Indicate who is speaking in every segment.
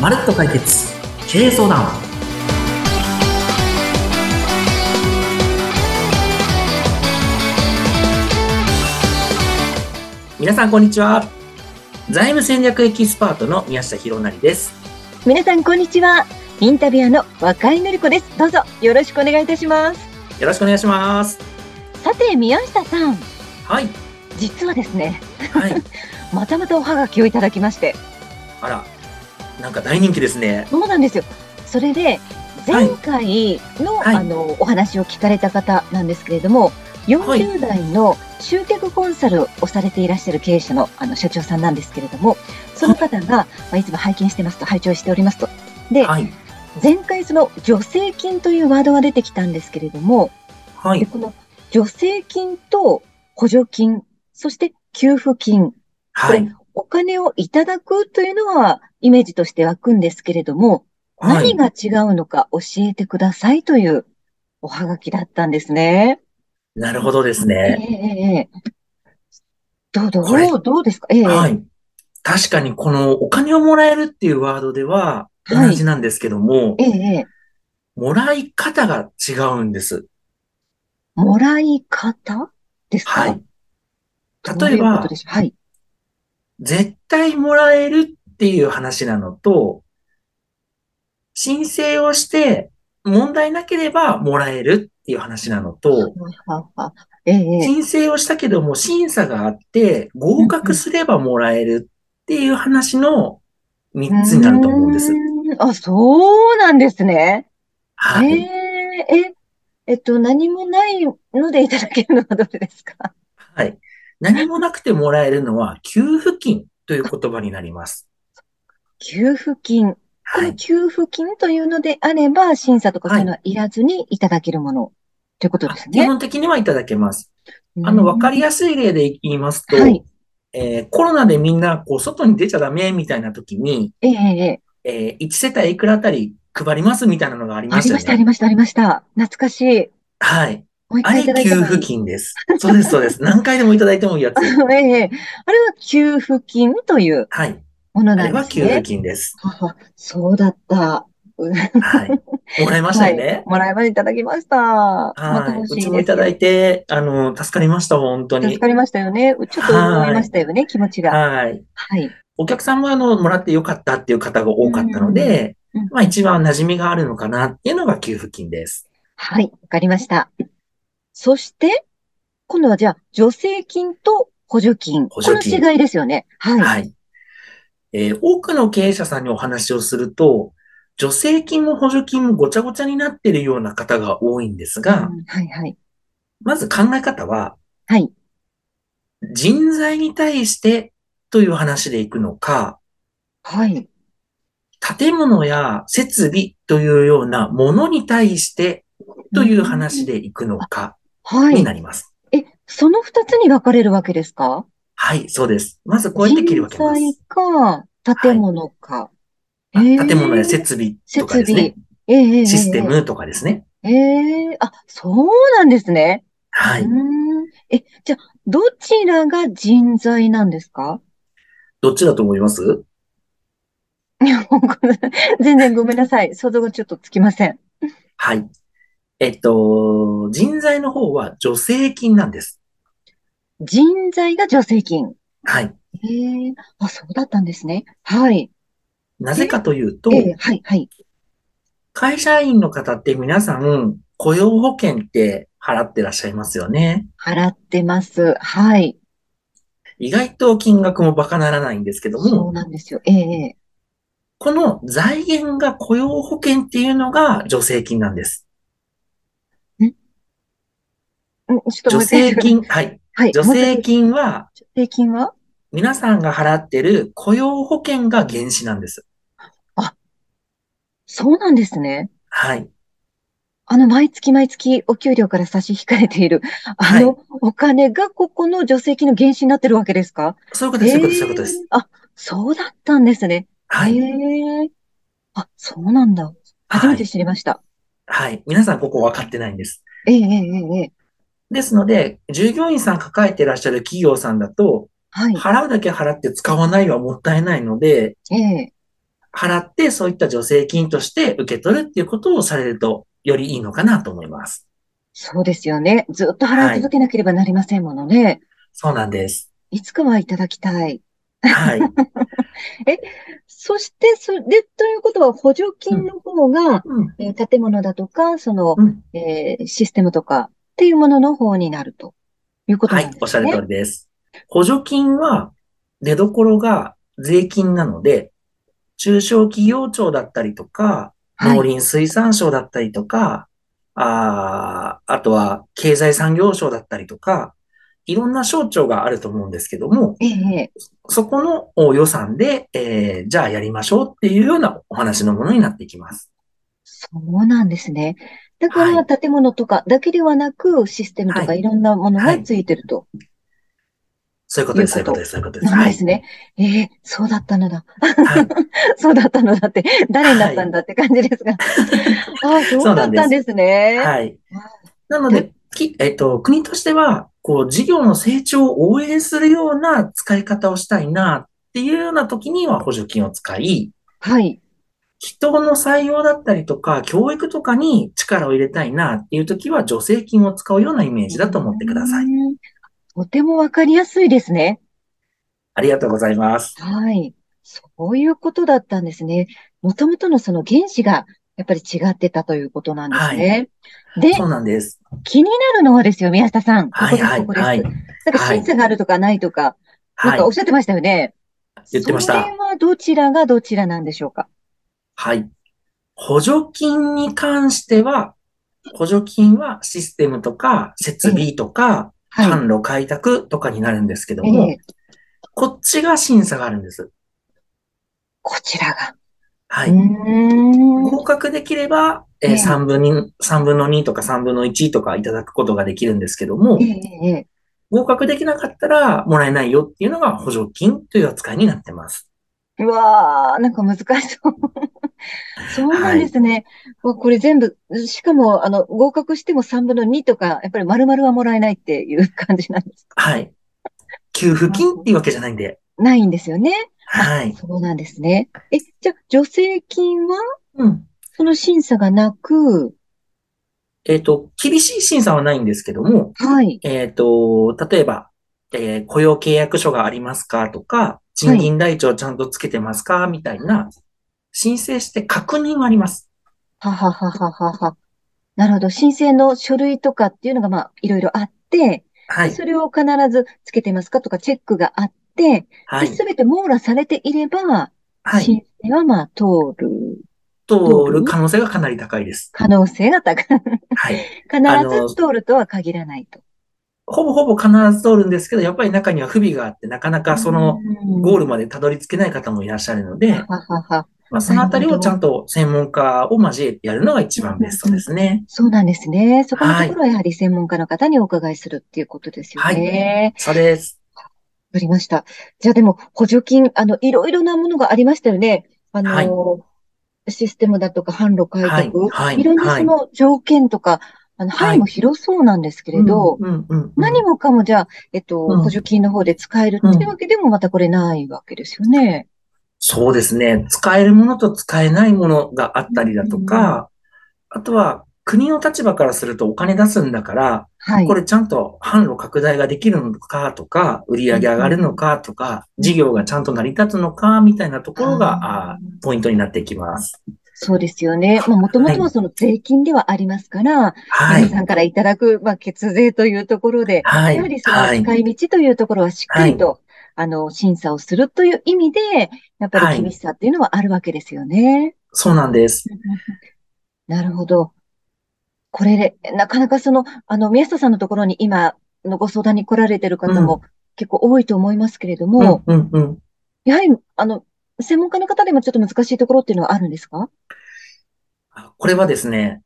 Speaker 1: まるっと解決経営相談皆さんこんにちは財務戦略エキスパートの宮下博成です
Speaker 2: 皆さんこんにちはインタビュアーの若井のり子ですどうぞよろしくお願いいたします
Speaker 1: よろしくお願いします
Speaker 2: さて宮下さん
Speaker 1: はい
Speaker 2: 実はですね
Speaker 1: はい
Speaker 2: またまたおはがきをいただきまして
Speaker 1: あらなんか大人気ですね
Speaker 2: そうなんですよそれで前回の、
Speaker 1: はい
Speaker 2: あのお話を聞かれた方なんですけれども40代の集客コンサルをされていらっしゃる経営者のあの社長さんなんですけれどもその方が、まあ、いつも拝見してますと拝聴しておりますとで
Speaker 1: はい
Speaker 2: 前回その助成金というワードが出てきたんですけれども、
Speaker 1: は
Speaker 2: で
Speaker 1: い
Speaker 2: この助成金と補助金、そして給付金、
Speaker 1: は
Speaker 2: こ
Speaker 1: い
Speaker 2: れお金をいただくというのはイメージとして湧くんですけれども、
Speaker 1: はい
Speaker 2: 何が違うのか教えてくださいというおはがきだったんですね。
Speaker 1: なるほどです
Speaker 2: ええ
Speaker 1: ね、
Speaker 2: ええどうど
Speaker 1: これ
Speaker 2: うどうですかええ
Speaker 1: はい確かにこのお金をもらえるっていうワードでは同じなんですけども、
Speaker 2: ええええ
Speaker 1: もらい方が違うんです。
Speaker 2: もらい方ですか
Speaker 1: はい。。
Speaker 2: どう
Speaker 1: 例え
Speaker 2: いうこと
Speaker 1: ば
Speaker 2: で、しょうはい。
Speaker 1: 絶対もらえるっていう話なのと、申請をして問題なければもらえるっていう話なのと、
Speaker 2: ははええええ
Speaker 1: 申請をしたけども審査があって合格すればもらえるっていう話の3つになると思うんです
Speaker 2: う。ーんあ、そうなんですね。
Speaker 1: は
Speaker 2: え
Speaker 1: い。
Speaker 2: ええ、えっと、何もないのでいただけるのはどれですか
Speaker 1: はい。何もなくてもらえるのは給付金という言葉になります。
Speaker 2: 給付金。こ
Speaker 1: は
Speaker 2: の
Speaker 1: い。
Speaker 2: 給付金というのであれば、審査とかそういうのはいらずにいただけるものということです
Speaker 1: 基
Speaker 2: ね。
Speaker 1: 本的にはいただけます。あの、わかりやすい例で言いますと、
Speaker 2: はい
Speaker 1: えーコロナでみんな、こう、外に出ちゃダメみたいな時に、
Speaker 2: ええええええ
Speaker 1: え1世帯いくらあたり配りますみたいなのがあり
Speaker 2: あ
Speaker 1: まし
Speaker 2: り
Speaker 1: た
Speaker 2: ま
Speaker 1: よ
Speaker 2: した、あ
Speaker 1: ね。
Speaker 2: りました、ありました。懐かしい。
Speaker 1: はい。
Speaker 2: もう一
Speaker 1: あ
Speaker 2: 回い
Speaker 1: れ
Speaker 2: ただ、い
Speaker 1: 給
Speaker 2: たの
Speaker 1: 付
Speaker 2: に。
Speaker 1: 金です。そうです、そうです。何回でもいただいてもいいやつ。
Speaker 2: ええええあれは給付金という
Speaker 1: はい。
Speaker 2: もの
Speaker 1: あ
Speaker 2: な
Speaker 1: れ
Speaker 2: んで
Speaker 1: は
Speaker 2: す
Speaker 1: 給付
Speaker 2: ね。
Speaker 1: 金です。
Speaker 2: あそうだっ
Speaker 1: は
Speaker 2: た。
Speaker 1: い。もらいましたよね。
Speaker 2: もらいまでいただきました。ま
Speaker 1: は
Speaker 2: た
Speaker 1: い。
Speaker 2: 欲し
Speaker 1: う
Speaker 2: い
Speaker 1: ちもい
Speaker 2: です
Speaker 1: ただいて、あの、助かりました、本当
Speaker 2: 助
Speaker 1: に
Speaker 2: か。りましたよね。ちょっと思いましたよね、気持ちが。
Speaker 1: はい。
Speaker 2: はい。
Speaker 1: お客さんも、あの、もらってよかったっていう方が多かったので
Speaker 2: うんうん、
Speaker 1: まあ、一番馴染みがあるのかなっていうのが給付金です。
Speaker 2: はい、わかりました。そして、今度はじゃあ、助成金と補助金。
Speaker 1: 補助金
Speaker 2: この違いですよね。はい。
Speaker 1: はい。えー多くの経営者さんにお話をすると、助成金も補助金もごちゃごちゃになっているような方が多いんですが、
Speaker 2: うんはい、はい。
Speaker 1: まず考え方は、
Speaker 2: はい。
Speaker 1: 人材に対してという話でいくのか、
Speaker 2: はい。
Speaker 1: 建物や設備というようなものに対してという話でいくのか
Speaker 2: は
Speaker 1: に
Speaker 2: い。
Speaker 1: なります。
Speaker 2: え、その二つに分かれるわけですか
Speaker 1: はい、そうです。まずこうやって切り分けます。
Speaker 2: 人材か、建物か。
Speaker 1: あ
Speaker 2: へー
Speaker 1: 建物や設備とかですね。
Speaker 2: ええええ
Speaker 1: システ。ムとかですね。
Speaker 2: ええあ、そうなんですね。
Speaker 1: はい。
Speaker 2: うーんえ、じゃあ、どちらが人材なんですか
Speaker 1: どっちだと思います
Speaker 2: いやもうこれ 全然ごめんなさい。想像がちょっとつきません。
Speaker 1: はい。えっと、人材の方は助成金なんです。
Speaker 2: 人材が助成金。
Speaker 1: はい。
Speaker 2: へえ、あ、そうだったんですね。はい。
Speaker 1: なぜかというと
Speaker 2: え、え、はい、はい。
Speaker 1: 会社員の方って皆さん雇用保険って払ってらっしゃいますよね。
Speaker 2: 払ってます。はい。
Speaker 1: 意外と金額もバカならないんですけど
Speaker 2: そう
Speaker 1: も、
Speaker 2: なんですよ。ええええ、
Speaker 1: この財源が雇用保険っていうのが助成金なんです。
Speaker 2: うんちょっと
Speaker 1: 助
Speaker 2: 待って
Speaker 1: 成。金、はい。
Speaker 2: はい。
Speaker 1: 助
Speaker 2: もう一
Speaker 1: 成
Speaker 2: 回
Speaker 1: 金は
Speaker 2: 助成金は
Speaker 1: 皆さんが払ってる雇用保険が原資なんです。
Speaker 2: そうなんですね。
Speaker 1: はい。
Speaker 2: あの、毎月毎月お給料から差し引かれている、あの、お金がここの助成金の原資になってるわけですか
Speaker 1: そういうことです、そういうことです、そういうことです。
Speaker 2: えーあ、そうだったんですね。
Speaker 1: はい。
Speaker 2: へえ。あ、そうなんだ。初
Speaker 1: は
Speaker 2: めて
Speaker 1: い。
Speaker 2: 知りました。
Speaker 1: はい。皆さんここ分かってないんです。
Speaker 2: ええええええ。
Speaker 1: ですので、従業員さん抱えてらっしゃる企業さんだと、
Speaker 2: はい。
Speaker 1: 払うだけ払って使わないはもったいないので、
Speaker 2: ええ。
Speaker 1: 払って、そういった助成金として受け取るっていうことをされると、よりいいのかなと思います。
Speaker 2: そうですよね。ずっと払い続けなければなりませんものね。
Speaker 1: そうなんです。
Speaker 2: い、つかはいただきたい。
Speaker 1: はい。
Speaker 2: そして、それで、ということは補助金の方が、
Speaker 1: うん
Speaker 2: えー建物だとか、その、
Speaker 1: うん
Speaker 2: えーシステムとかっていうものの方になるということ
Speaker 1: は
Speaker 2: ないん、で
Speaker 1: おっし
Speaker 2: す
Speaker 1: ゃ
Speaker 2: ね。
Speaker 1: る通りです。補助金は、出どころが税金なので、中小企業庁だったりとか、
Speaker 2: はい
Speaker 1: 農林水産省だったりとか、あーあとは経済産業省だったりとか、いろんな省庁があると思うんですけども、
Speaker 2: ええ
Speaker 1: そこのお予算で、えーじゃあやりましょうっていうようなお話のものになっていきます。
Speaker 2: そうなんですね。だから、
Speaker 1: は
Speaker 2: 建物とかだけではなく、システムとか
Speaker 1: はい
Speaker 2: いろんなもの
Speaker 1: は
Speaker 2: が
Speaker 1: い
Speaker 2: ついてると。
Speaker 1: そういうことです、そう
Speaker 2: い
Speaker 1: いうう
Speaker 2: こ
Speaker 1: こととです、そういうことです。
Speaker 2: なんですね。ええそうだったのだ。
Speaker 1: はい。はい
Speaker 2: そうだったのだって、誰になったんだって感じですが。ああ、そうだったんですね。
Speaker 1: はい
Speaker 2: うん。
Speaker 1: なので、きえっと、国としては、こう、事業の成長を応援するような使い方をしたいな、っていうような時には補助金を使い、
Speaker 2: はい。
Speaker 1: 人の採用だったりとか、教育とかに力を入れたいな、っていう時は助成金を使うようなイメージだと思ってください。
Speaker 2: うん。とてもわかりやすいですね。
Speaker 1: ありがとうございます。
Speaker 2: はい。そういうことだったんですね。もともとのその原子がやっぱり違ってたということなんですね。で、
Speaker 1: そうなんです。
Speaker 2: 気になるのはですよ、宮下さん。ここ
Speaker 1: は
Speaker 2: で
Speaker 1: い
Speaker 2: す、
Speaker 1: はい
Speaker 2: ここです。
Speaker 1: はい。
Speaker 2: なんか審査があるとかないとか、なん
Speaker 1: は
Speaker 2: かおっ
Speaker 1: い。
Speaker 2: しゃってましたよね。
Speaker 1: 言ってまし
Speaker 2: そ
Speaker 1: た
Speaker 2: れはどちらがどちらなんでしょうか。
Speaker 1: はい。補助金に関しては、補助金はシステムとか設備とか、
Speaker 2: は
Speaker 1: 販路開拓とかになるんですけど
Speaker 2: い。え
Speaker 1: も、
Speaker 2: え
Speaker 1: こっちが審査があるんです。
Speaker 2: こちらが。
Speaker 1: は
Speaker 2: う
Speaker 1: い。
Speaker 2: ーん。
Speaker 1: 合格できれば、え
Speaker 2: ええ
Speaker 1: 3分に、3分の2とか3分の1とかいただくことができるんですけども
Speaker 2: え、えええ
Speaker 1: 合格できなかったらもらえないよっていうのが補助金という扱いになってます。
Speaker 2: うわー、なんか難しそう。 そうなんですね。わこれ全部、しかも、あの、合格しても3分の2とか、やっぱり丸々はもらえないっていう感じなんですか。
Speaker 1: はい。給付金っていうわけじゃないんで。
Speaker 2: ないんですよね。
Speaker 1: はい。
Speaker 2: そうなんですね。え、じゃあ、助成金は、
Speaker 1: うん。
Speaker 2: その審査がなく、
Speaker 1: えっ、と、厳しい審査はないんですけども、
Speaker 2: はい。
Speaker 1: えっ、と、例えば、えー雇用契約書がありますかとか、賃金台帳ちゃんとつけてますかみたいな、申請して確認はあります。
Speaker 2: はははははは。なるほど。申請の書類とかっていうのが、まあ、いろいろあって、
Speaker 1: はい。
Speaker 2: それを必ずつけてますかとか、チェックがあって、
Speaker 1: は
Speaker 2: で、
Speaker 1: い。
Speaker 2: すべて網羅されていれば、
Speaker 1: はい。
Speaker 2: 申請はまあ通る
Speaker 1: 通る可能性がかなり高いです。
Speaker 2: 可能性が高い。
Speaker 1: はい。あ
Speaker 2: 必
Speaker 1: の
Speaker 2: ず通るとは限らないと。
Speaker 1: ほぼほぼ必ず通るんですけど、やっぱり中には不備があって、なかなかそのゴールまでたどり着けない方もいらっしゃるので、
Speaker 2: ははは。
Speaker 1: まあ、そのあたりをちゃんと専門家を交えてやるのが一番ベストですね。
Speaker 2: そうなんですね。そこのところはやはり専門家の方にお伺いするっていうことですよね。
Speaker 1: そうです。
Speaker 2: わかりました。じゃあでも補助金、あの、いろいろなものがありましたよね。あ
Speaker 1: はい
Speaker 2: の、システムだとか販路開
Speaker 1: はい。
Speaker 2: 拓。
Speaker 1: はい。
Speaker 2: いろんな
Speaker 1: は
Speaker 2: その条件とか、あの、
Speaker 1: はい
Speaker 2: 範囲も広そうなんですけれど、
Speaker 1: うんうんうんうん
Speaker 2: 何もかもじゃあ、えっと、
Speaker 1: うん
Speaker 2: 補助金の方で使えるってわけでもまたこれないわけですよね。
Speaker 1: そうですね。使えるものと使えないものがあったりだとか、あとは国の立場からするとお金出すんだから、
Speaker 2: はい。
Speaker 1: これちゃんと販路拡大ができるのかとか、売り上げ上がるのかとか、
Speaker 2: うん
Speaker 1: 事業がちゃんと成り立つのかみたいなところ
Speaker 2: あ
Speaker 1: が、あー
Speaker 2: ー
Speaker 1: ポイントになってきます。
Speaker 2: そうですよね。まあ、もともとはその税金ではありますか
Speaker 1: は
Speaker 2: ら、皆
Speaker 1: い。
Speaker 2: さんからいただく、まあ、血税というところで、
Speaker 1: はい
Speaker 2: やはり。そ
Speaker 1: は
Speaker 2: の
Speaker 1: い。
Speaker 2: 使い道というところはしっかりと、あの、審査をするという意味で、やっぱ
Speaker 1: は
Speaker 2: り
Speaker 1: い
Speaker 2: 厳しさっていうのはあるわけですよね。
Speaker 1: そうなんです。
Speaker 2: なるほど。これで、なかなかその、あの、宮下さんのところに今のご相談に来られてる方も結構多いと思いますけれども、
Speaker 1: うんうんうん。
Speaker 2: やはり、あの、専門家の方でもちょっと難しいところっていうのはあるんですか
Speaker 1: あこれはですね、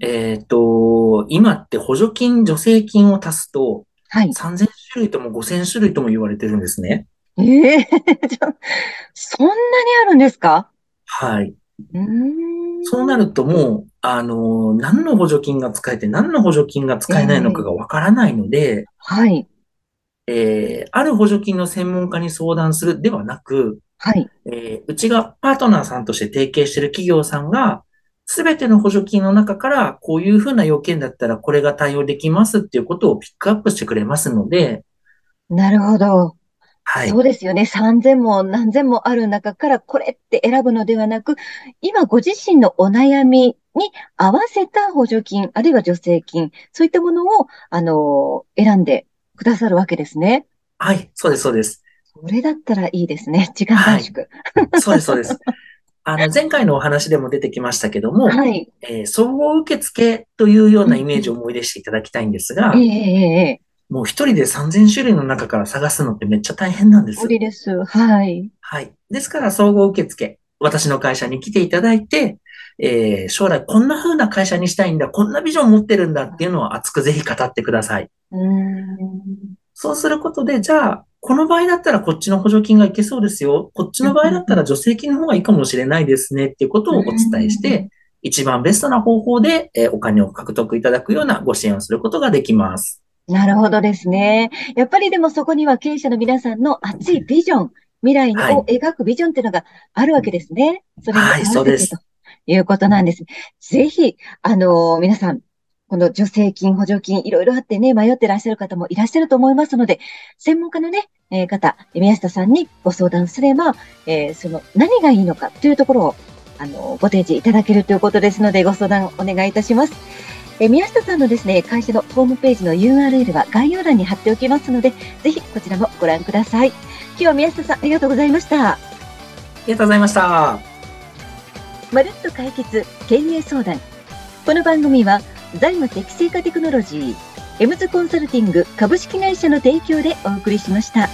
Speaker 1: えっと、今って補助金、助成金を足すと、
Speaker 2: はい。
Speaker 1: 3000種類とも5000種類とも言われてるんですね。
Speaker 2: ええ じゃあそんなにあるんですか
Speaker 1: はい。
Speaker 2: うーん。
Speaker 1: そうなるともう、あの、何の補助金が使えて何の補助金が使えないのかがわからないので、
Speaker 2: はい。
Speaker 1: えーある補助金の専門家に相談するではなく、
Speaker 2: はい。
Speaker 1: えーうちがパートナーさんとして提携している企業さんが、すべての補助金の中から、こういうふうな要件だったらこれが対応できますっていうことをピックアップしてくれますので、
Speaker 2: なるほど。
Speaker 1: はい。
Speaker 2: そうですよね。3000も何千もある中からこれって選ぶのではなく、今ご自身のお悩みに合わせた補助金、あるいは助成金、そういったものを、あの、選んでくださるわけですね。
Speaker 1: はい。そうです、そうです。
Speaker 2: それだったらいいですね。時間短縮。
Speaker 1: そうです、そうです。あの、前回のお話でも出てきましたけども、
Speaker 2: はい。
Speaker 1: えー総合受付というようなイメージを思い出していただきたいんですが
Speaker 2: え、えええ
Speaker 1: もう一人で3000種類の中から探すのってめっちゃ大変なんで
Speaker 2: え
Speaker 1: す
Speaker 2: 無。理です。はい。
Speaker 1: はい。ですから、総合受付、私の会社に来ていただいて、えー将来こんな風な会社にしたいんだ、こんなビジョン持ってるんだっていうのを熱くぜひ語ってください。
Speaker 2: うーん。
Speaker 1: そうすることで、じゃあ、この場合だったらこっちの補助金がいけそうですよ。こっちの場合だったら助成金の方がいいかもしれないですねっていうことをお伝えして、一番ベストな方法で、えーお金を獲得いただくようなご支援をすることができます。
Speaker 2: なるほどですね。やっぱりでもそこには経営者の皆さんの熱いビジョン、未来
Speaker 1: はい
Speaker 2: を描くビジョンっていうのがあるわけですね。それに
Speaker 1: はい
Speaker 2: 合わせ
Speaker 1: そうで
Speaker 2: て
Speaker 1: す
Speaker 2: ということなんです。ぜひ、あの、皆さん、この助成金、補助金、いろいろあってね、迷ってらっしゃる方もいらっしゃると思いますので、専門家のね、えー方、宮下さんにご相談すれば、えーその何がいいのかというところを、あの、ご提示いただけるということですので、ご相談お願いいたします。えー宮下さんのですね、会社のホームページの URL は概要欄に貼っておきますので、ぜひこちらもご覧ください。今日は宮下さん、ありがとうございました。
Speaker 1: ありがとうございました。
Speaker 2: まるっと解決経営相談。この番組は財務適正化テクノロジー、エムズコンサルティング株式会社の提供でお送りしました。